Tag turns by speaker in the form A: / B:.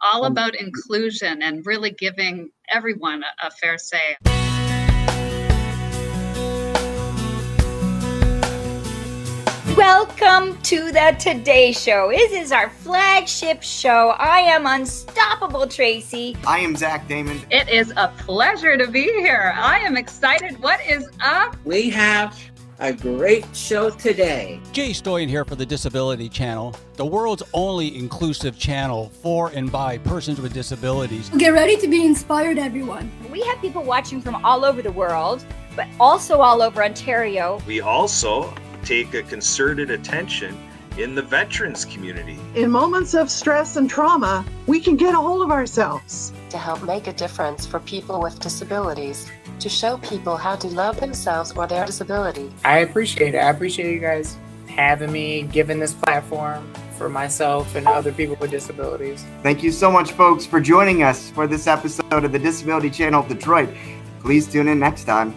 A: all about inclusion and really giving everyone a, a fair say.
B: Welcome to the Today Show. This is our flagship show. I am Unstoppable Tracy.
C: I am Zach Damon.
A: It is a pleasure to be here. I am excited. What is up?
D: We have a great show today.
E: Jay Stoyan here for the Disability Channel, the world's only inclusive channel for and by persons with disabilities.
F: Get ready to be inspired, everyone.
B: We have people watching from all over the world, but also all over Ontario.
G: We also take a concerted attention in the veterans community.
H: In moments of stress and trauma, we can get a hold of ourselves.
I: To help make a difference for people with disabilities, to show people how to love themselves or their disability.
J: I appreciate it. I appreciate you guys having me, giving this platform for myself and other people with disabilities.
C: Thank you so much, folks, for joining us for this episode of the Disability Channel of Detroit. Please tune in next time.